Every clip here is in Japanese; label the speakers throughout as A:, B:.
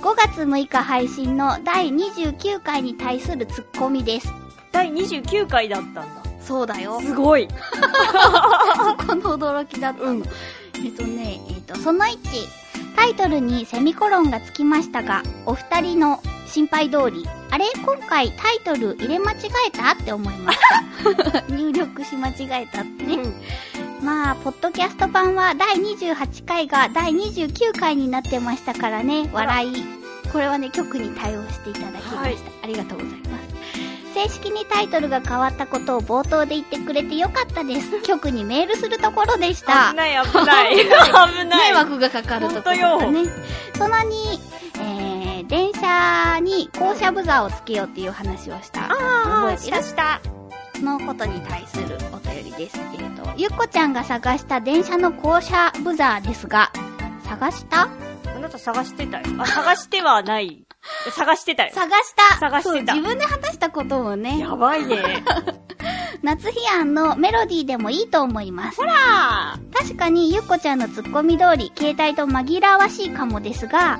A: 5月6日配信の第29回に対するツッコミです。
B: 第29回だったんだ。
A: そうだよ。
B: すごい。
A: そこの驚きだったの。
B: うん
A: えっとね、えっと、その1、タイトルにセミコロンがつきましたが、お二人の心配通り、あれ今回タイトル入れ間違えたって思いま した。入力し間違えたってね。まあ、ポッドキャスト版は第28回が第29回になってましたからね、笑い。これはね、局に対応していただきました。
B: はい
A: ありがとうございます。正式にタイトルが変わったことを冒頭で言ってくれてよかった です。局にメールするところでした。
B: 危ない、危 ない。危ない。
A: 迷惑がかかるところだったね。そのに、えー、電車に降車ブザーをつけようっていう話をした。
B: あ
A: 覚えてる
B: した。
A: のことに対するお便りです。えっ、と、ゆっこちゃんが探した電車の降車ブザーですが、探した
B: あなた探してたよ。あ、探しては ない。探してたよ。
A: 探した
B: 探してた
A: そう自分で話したことをね、
B: やばいね。
A: 夏日庵のメロディーでもいいと思います。
B: あ
A: 確かにゆっこちゃんのツッコミ通り、携帯と紛らわしいかもですが、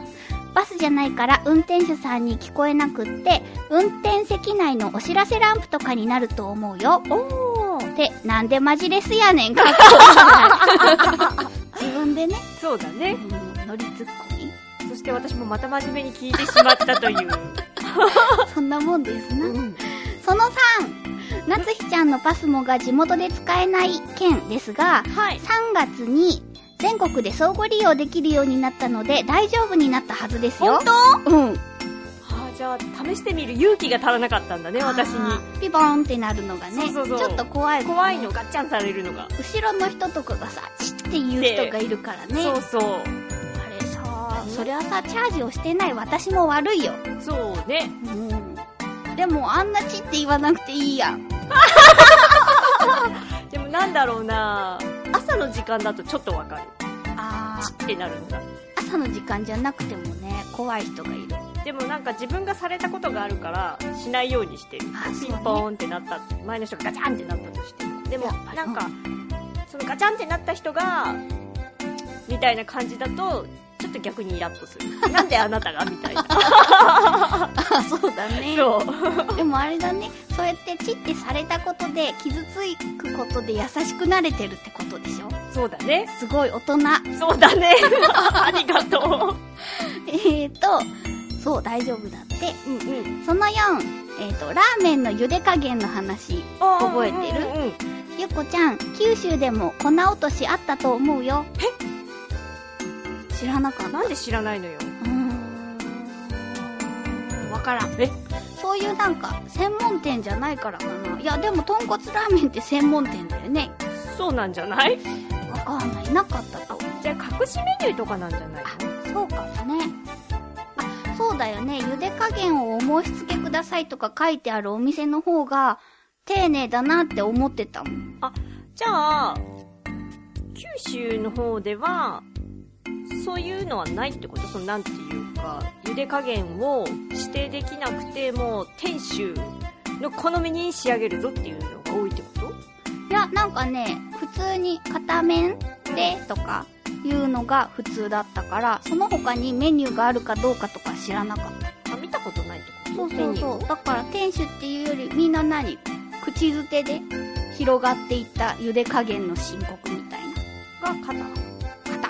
A: バスじゃないから運転手さんに聞こえなくって、運転席内のお知らせランプとかになると思うよ。
B: おー。
A: って、なんでマジレスやねん、かっ こいい自分でね、
B: そうだね。
A: うん、乗りツッコミ。
B: そして私もまた真面目に聞いてしまったという。
A: そんなもんですな。
B: ん。
A: その3、夏日ちゃんのパスモが地元で使えない件ですが、
B: はい。
A: 3月に全国で相互利用できるようになったので大丈夫になったはずですよ。当うん。
B: あーじゃあ、試してみる勇気が足らなかったんだね、私に。
A: あーピボーンってなるのがね、
B: そうそうそう
A: ちょっと怖い、
B: 怖いの、。ガッチャンされるのが。
A: 後ろの人とかがさ、チッって言う人がいるからね。
B: そうそう。
A: あれさ、
B: うん
A: そりゃさ、チャージをしてない私も悪いよ。
B: そうね。
A: うん。でもあんなチって言わなくていいやん。
B: でもなんだろうな朝の時間だとちょっとわかる。
A: あ
B: チッってなるんだ。
A: 朝の時間じゃなくてもね、怖い人がいる。
B: でもなんか自分がされたことがあるから、しないようにしてる
A: あ。そう
B: ピ
A: ね
B: ンポーンってなった。前の人がガチャンってなったとしても。でも
A: やっぱ、り
B: なんか、そのガチャンってなった人が、みたいな感じだと、ちょっと逆にイラッとす る。なんであなたがみたいな。
A: あ、 そうだね
B: そう。
A: でもあれだね、そうやってチってされたことで、傷つくことで優しくなれてるってことでしょ
B: そうだね。
A: すごい大人。
B: そうだね。 ありがと
A: えーと、そう、大丈夫だって。
B: う。うんうん。
A: その4、えーと、ラーメンの茹で加減の話。覚えてる
B: うんうん。
A: ゆっこちゃん、九州でも粉落としあったと思うよ。え知らなかった。
B: なんで知らないのよ。
A: うーんわからん。
B: え
A: そういうなんか、専門店じゃないからかな。いや、でも豚骨ラーメンって専門店だよね。
B: そうなんじゃない
A: わかんない。なかったと。
B: じゃあ隠しメニューとかなんじゃない
A: あ、そうかもね。あ、そうだよね。茹で加減をお申し付けくださいとか書いてあるお店の方が、丁寧だなって思ってたもん。
B: じゃあ、九州の方では、そういうのはないってことその、なんていうか、茹で加減を指定できなくて、もう、店主の好みに仕上げるぞっていうのが多いってこと
A: いや、なんかね、普通に片面でとかいうのが普通だったから、その他にメニューがあるかどうかとか知らなかった。
B: あ、見たことないって
A: そう
B: ことメ
A: そう
B: ニュ
A: そ
B: ーを
A: う。だから店主っていうよりみんな何口づてで広がっていった茹で加減の申告みたい
B: が肩。
A: な。型。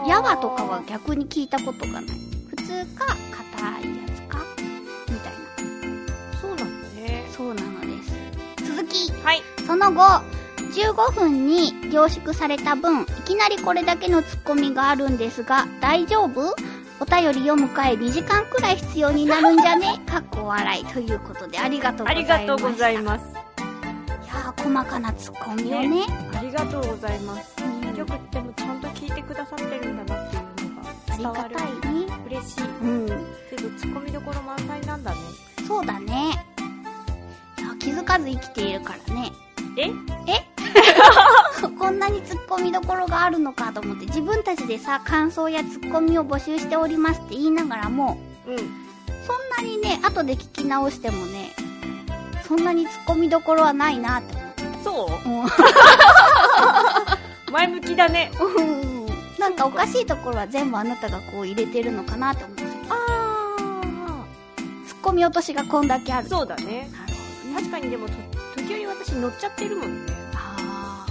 B: あー
A: やわとかは逆に聞いたことがない。普通か、硬いやつか、みたいな。
B: そうなのね。
A: そうなのです。続き
B: はい。
A: その後、15分に凝縮された分、いきなりこれだけのツッコミがあるんですが、大丈夫お便り読む回2時間くらい必要になるんじゃねかっこ笑い。ということで、ありがとうご
B: あ
A: ざい
B: り
A: ました。
B: がとうございます。
A: す。いやー、細かなツッコミをね。
B: ありがとうございます。
A: うん
B: よくでもちゃんと聞いてくださってるんだなっていうのが
A: あり
B: 伝
A: が
B: わ
A: たい
B: る。
A: ね。
B: 嬉しい。
A: うん。
B: けど、ツッコミどころ満載なんだね。
A: そうだね。いやー気づかず生きているからね。
B: え
A: こんなにツッコミどころがあるのかと思って、自分たちでさ、感想やツッコミを募集しておりますって言いながらも、
B: うん。
A: そんなにね、後で聞き直してもね、そんなにツッコミどころはないなって
B: そ
A: 思っ
B: う前向きだね。
A: て。うん。なんかおかしいところは全部あなたがこう入れてるのかなって思ってたけど、
B: あ
A: ツッコミ落としがこんだけある。
B: そうだね。
A: なるほどね。
B: 確かにでも、と時折私乗っちゃってるもんね。
A: あ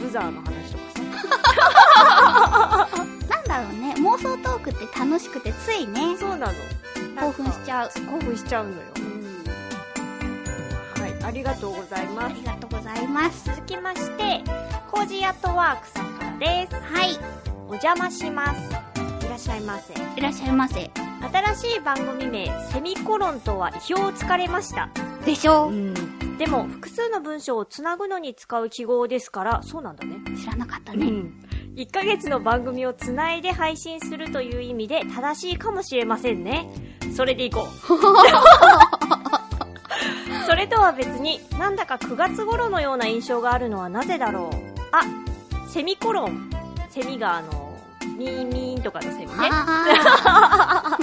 B: ブザーの話とかさ。
A: ーなんだろうね、妄想トークって楽しくてついね、
B: そうなの。
A: 興奮しちゃう。
B: 興奮しちゃうのよ。
A: うん。
B: はい。ありがとうござい
A: あ
B: ます
A: り。がとうございます。
B: 続きまして、コージーアットワークさんからです。
A: はい、
B: お邪魔します。いらっしゃいませ。
A: いらっしゃいませ。
B: 新しい番組名、セミコロンとは意表をつかれました。
A: でしょ
B: でも、複数の文章をつなぐのに使う記号ですから、そうなんだね。
A: 知らなかったね。
B: 1ヶ月の番組をつないで配信するという意味で正しいかもしれませんね。それでいこう。それとは別に、なんだか9月頃のような印象があるのはなぜだろう。あ、セミコロン。セミがあの、ミーンミーンとかのセミね。
A: あ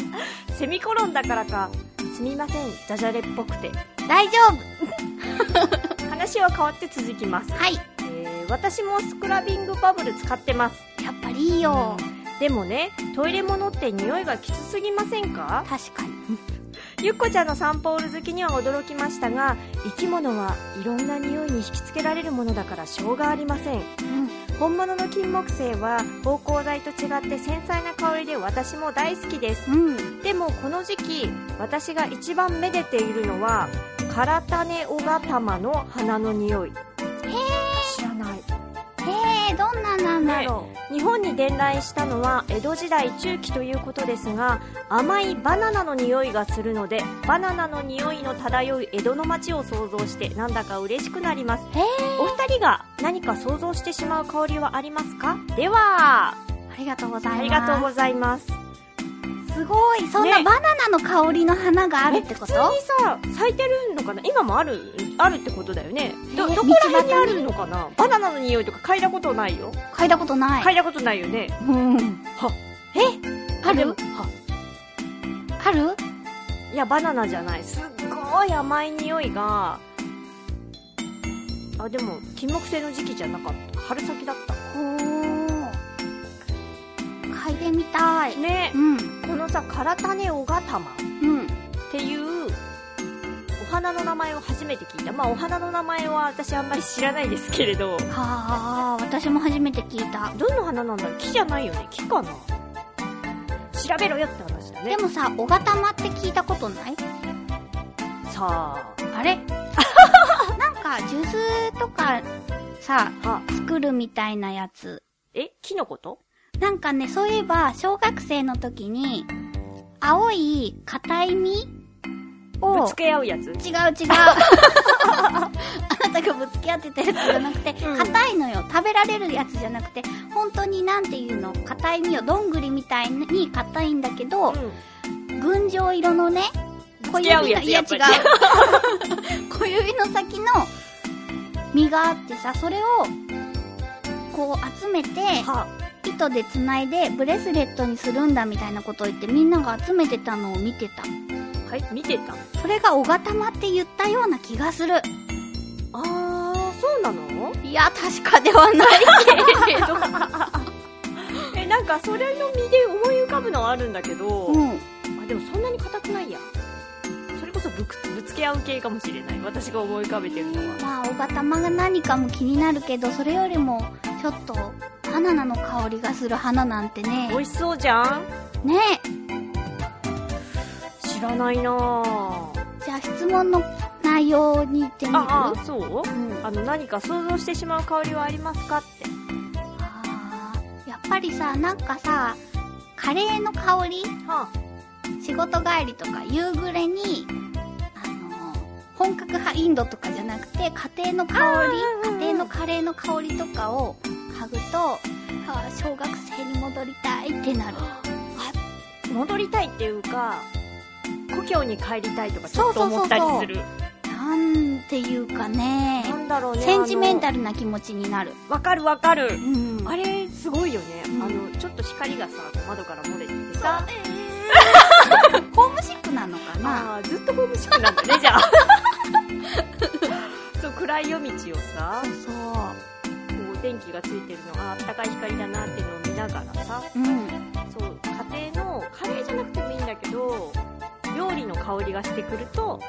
B: セミコロンだからか、すみません、ダジャレっぽくて。
A: ー大丈夫。
B: 話は変わって続きます。
A: はい。
B: えー、私もスクラビングバブル使ってます。
A: やっぱりいいよ。
B: でもね、トイレ物って匂いがきつすぎませんか
A: 確かに。
B: ゆっこちゃんのサンポール好きには驚きましたが、生き物はいろんな匂いに引きつけられるものだからしょうがありません。
A: うん。
B: 本物の金木犀は芳香剤と違って繊細な香りで私も大好きです。
A: うん。
B: でもこの時期、私が一番めでているのは、カラタネオガタマの花の匂い。知らない。
A: へえ、どんななんだろ
B: 日本に伝来したのは江戸時代中期ということですが甘いバナナの匂いがするのでバナナの匂いの漂う江戸の街を想像してなんだか嬉しくなります
A: へー
B: お二人が何か想像してしまう香りはありますかでは
A: う。ありがとうござい
B: あ
A: ます。
B: りがとうございます
A: すごい。そんな
B: ね
A: バナナの香りの花があるってこ
B: え
A: と、
B: 普通にさ咲いてるのかな今もあるあるってことだよねど
A: え
B: どこら辺にあるのかなバナナの匂いとか嗅いだことないよ、
A: 嗅いだことない。
B: 嗅いだことないよね
A: うん。
B: は
A: えあ
B: で
A: る
B: もは
A: ある
B: いや、バナナじゃない。すっごい甘い匂いが、あ、でも、金木犀の時期じゃなかった。春先だった。
A: ほー。嗅いでみたい。
B: ね
A: う、ん。
B: このさ、カラタネオガタマっ
A: うん。
B: ていう、お花の名前を初めて聞いた。まあ、お花の名前は私あんまり知らないですけれど、
A: はー、私も初めて聞いた。
B: どの花なんだろう木じゃないよね。木かな調べろよって話だね
A: で。もさ、小型まって聞いたことない
B: さ
A: あれ なんか、ジュースとか、さ、
B: あ、は、
A: 作るみたいなやつ。
B: え、木のこと
A: なんかね、そういえば、小学生の時に、青い硬い実
B: ぶ
A: を、
B: つけ合うやつ
A: 違う違 う。あなたがぶつけ合ってたやつじゃなくて、
B: うん
A: 硬いのよ。食べられるやつじゃなくて、本当になんていうの、硬い実を、どんぐりみたいに硬いんだけど、
B: うん。
A: 群青色のね、小
B: 付き合う
A: 指
B: や
A: の、
B: つ
A: いや
B: や
A: 違
B: っ
A: う
B: ぱり。
A: 小指の先の実があってさ、それを、こう集めて、
B: は、
A: 糸で繋いでブレスレットにするんだみたいなことを言ってみんなが集めてたのを見てた。
B: はい、見てた。
A: それが小型まって言ったような気がする。
B: あー、そうなの
A: いや、確かではないけれど。
B: え、なんか、それの身で思い浮かぶのはあるんだけど、
A: うん。
B: あ、でもそんなに硬くないや。それこそぶくぶつけ合う系かもしれない。私が思い浮かべてるのは。
A: まあ、小型まが何かも気になるけど、それよりも、ちょっと、花菜の香りがする花なんて
B: 美
A: ね。
B: 味しそうじゃん
A: ね
B: 知らないなぁ。
A: え。じゃあ、質問の内容に行ってみる
B: あ、あ、そう
A: うん。
B: あの、何か想像してしまう香りはありますかって。
A: あーやっぱりさ、なんかさ、カレーの香り
B: は
A: 仕事帰りとか夕暮れに、あの本格派インドとかじゃなくて、家庭の香
B: あー
A: り、
B: うんうん
A: 家庭のカレーの香りとかを嗅ぐと、あー小学生に戻りたいってなる。
B: あ、戻りたいっていうか、故郷に帰りたいとかちょっと
A: そうそう
B: 思
A: そうそう
B: ったりする。
A: なんていうかね、
B: なんだろうね。
A: センチメン
B: ル。
A: タルな気持ちになる。
B: わかるわかる。
A: うん。
B: あれ、すごいよね。
A: うん
B: あの、ちょっと光がさ、窓から漏れててさ、
A: えー ホームシックなのかな
B: あーずっとホームシックなんだね、じゃあ。 そう、暗い夜道をさ、
A: そう。
B: こう、電気がついてるの、あーあったかい光だなっていうのを見ながらさ、
A: うん。
B: そう、家庭の、カレーじゃなくてもいいんだけど、料理の香りがしてくると、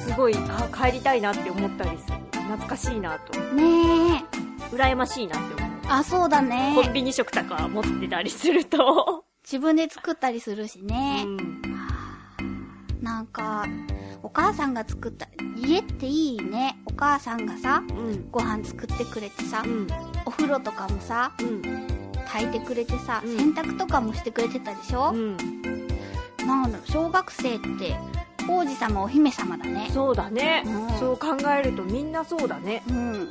B: すごい、あー帰りたいなって思ったりする。懐かしいなと。
A: ねえ。
B: 羨ましいなって思う。
A: あ、そうだね
B: コ。ンビニ食とか持ってたりすると。
A: 自分で作ったりするしね。なんか、お母さんが作った、家っていいね。お母さんがさ、
B: うん。
A: ご飯作ってくれてさ
B: う、ん。
A: お風呂とかもさ、
B: うん。
A: 炊いてくれてさ、
B: うん
A: 洗濯とかもしてくれてたでしょ、
B: うん。
A: なんだろう、小学生って、王子様、お姫様だね。
B: そうだね。
A: うん
B: そう考えるとみんなそうだね。
A: うん。
B: いや、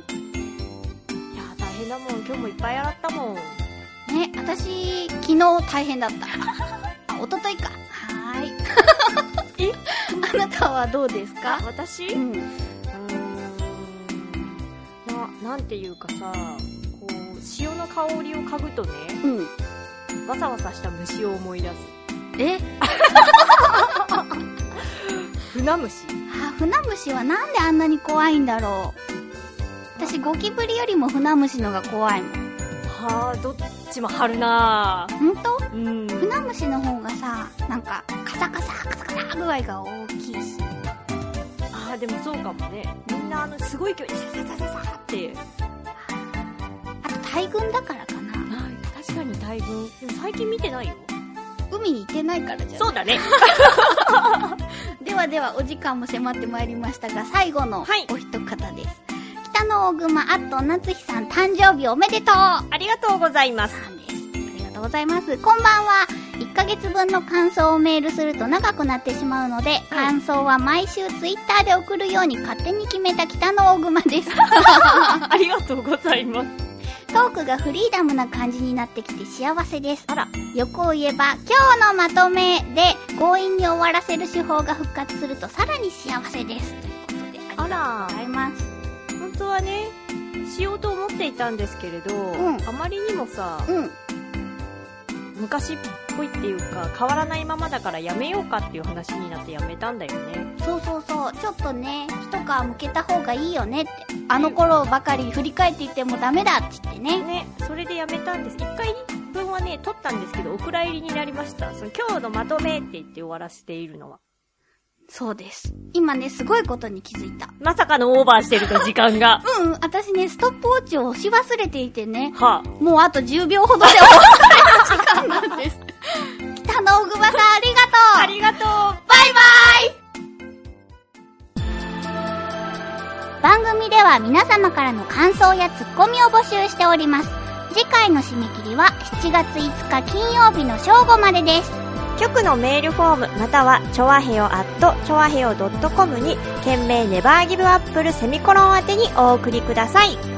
B: 大変だもん。今日もいっぱい洗ったもん。
A: ね、私、昨日大変だった。 あ、一昨日か。はー い。
B: え
A: あなたはどうですか
B: 私
A: う。
B: うんーん。な、なんていうかさ、こう、潮の香りを嗅ぐとね、
A: うん。
B: わさわさした虫を思い出す。
A: え
B: 船虫
A: あ、船虫はなんであんなに怖いんだろう。私、ゴキブリよりも船虫のが怖いもん。
B: はあ、どっちも春なぁ。
A: ほんと
B: うん。
A: 船虫の方がさ、なんか、カサカサ、カサカサ具合が大きいし。
B: ああでもそうかもねみんなあのすごい距離サササササって
A: あと、大群だからかな。
B: 確かに大群でも最近見てないよ
A: 海に行ってないからじゃん。
B: そうだね
A: ではではお時間も迫ってまいりましたが最後の
B: はい
A: お一方です、北の大熊あっと夏日さん誕生日おめでとうさ
B: ありがとうございます
A: んですありがとうございますこんばんは1ヶ月分の感想をメールすると長くなってしまうので、感想は毎週ツイッターで送るように勝手に決めた北の大熊 です
B: あありがとうございます
A: トークがフリーダムな感じになってきて幸せです
B: あら
A: 欲を言えば今日のまとめで強引に終わらせる手法が復活するとさらに幸せですということでありがとう
B: あら
A: ございます
B: 本当はねしようと思っていたんですけれど、
A: ん
B: あまりにもさ
A: うん
B: 昔っぽいっていうか変わらないままだからやめようかっていう話になってやめたんだよね
A: そうそうそうちょっとね一皮むけた方がいいよねってあの頃ばかり振り返っていてもダメだって言ってね
B: ねそれでやめたんです1回分はね取ったんですけどお蔵入りになりましたその今日のまとめって言って終わらせているのは
A: そうです今ねすごいことに気づいた
B: まさかのオーバーしてると時間 が。
A: うんうん私ねストップウォッチを押し忘れていてね
B: は
A: もうあと10秒ほどで終わる時間なんです北の小熊さんありがとう
B: あ、ありがとう
A: バイバイ番組では皆様からの感想やツッコミを募集しております。次回の締め切りは7月5日金曜日の正午までです。
B: 局のメールフォームまたはチョアヘヨアットチョアヘヨ .com に懸命ネバーギブアップルセミコロン宛てにお送りください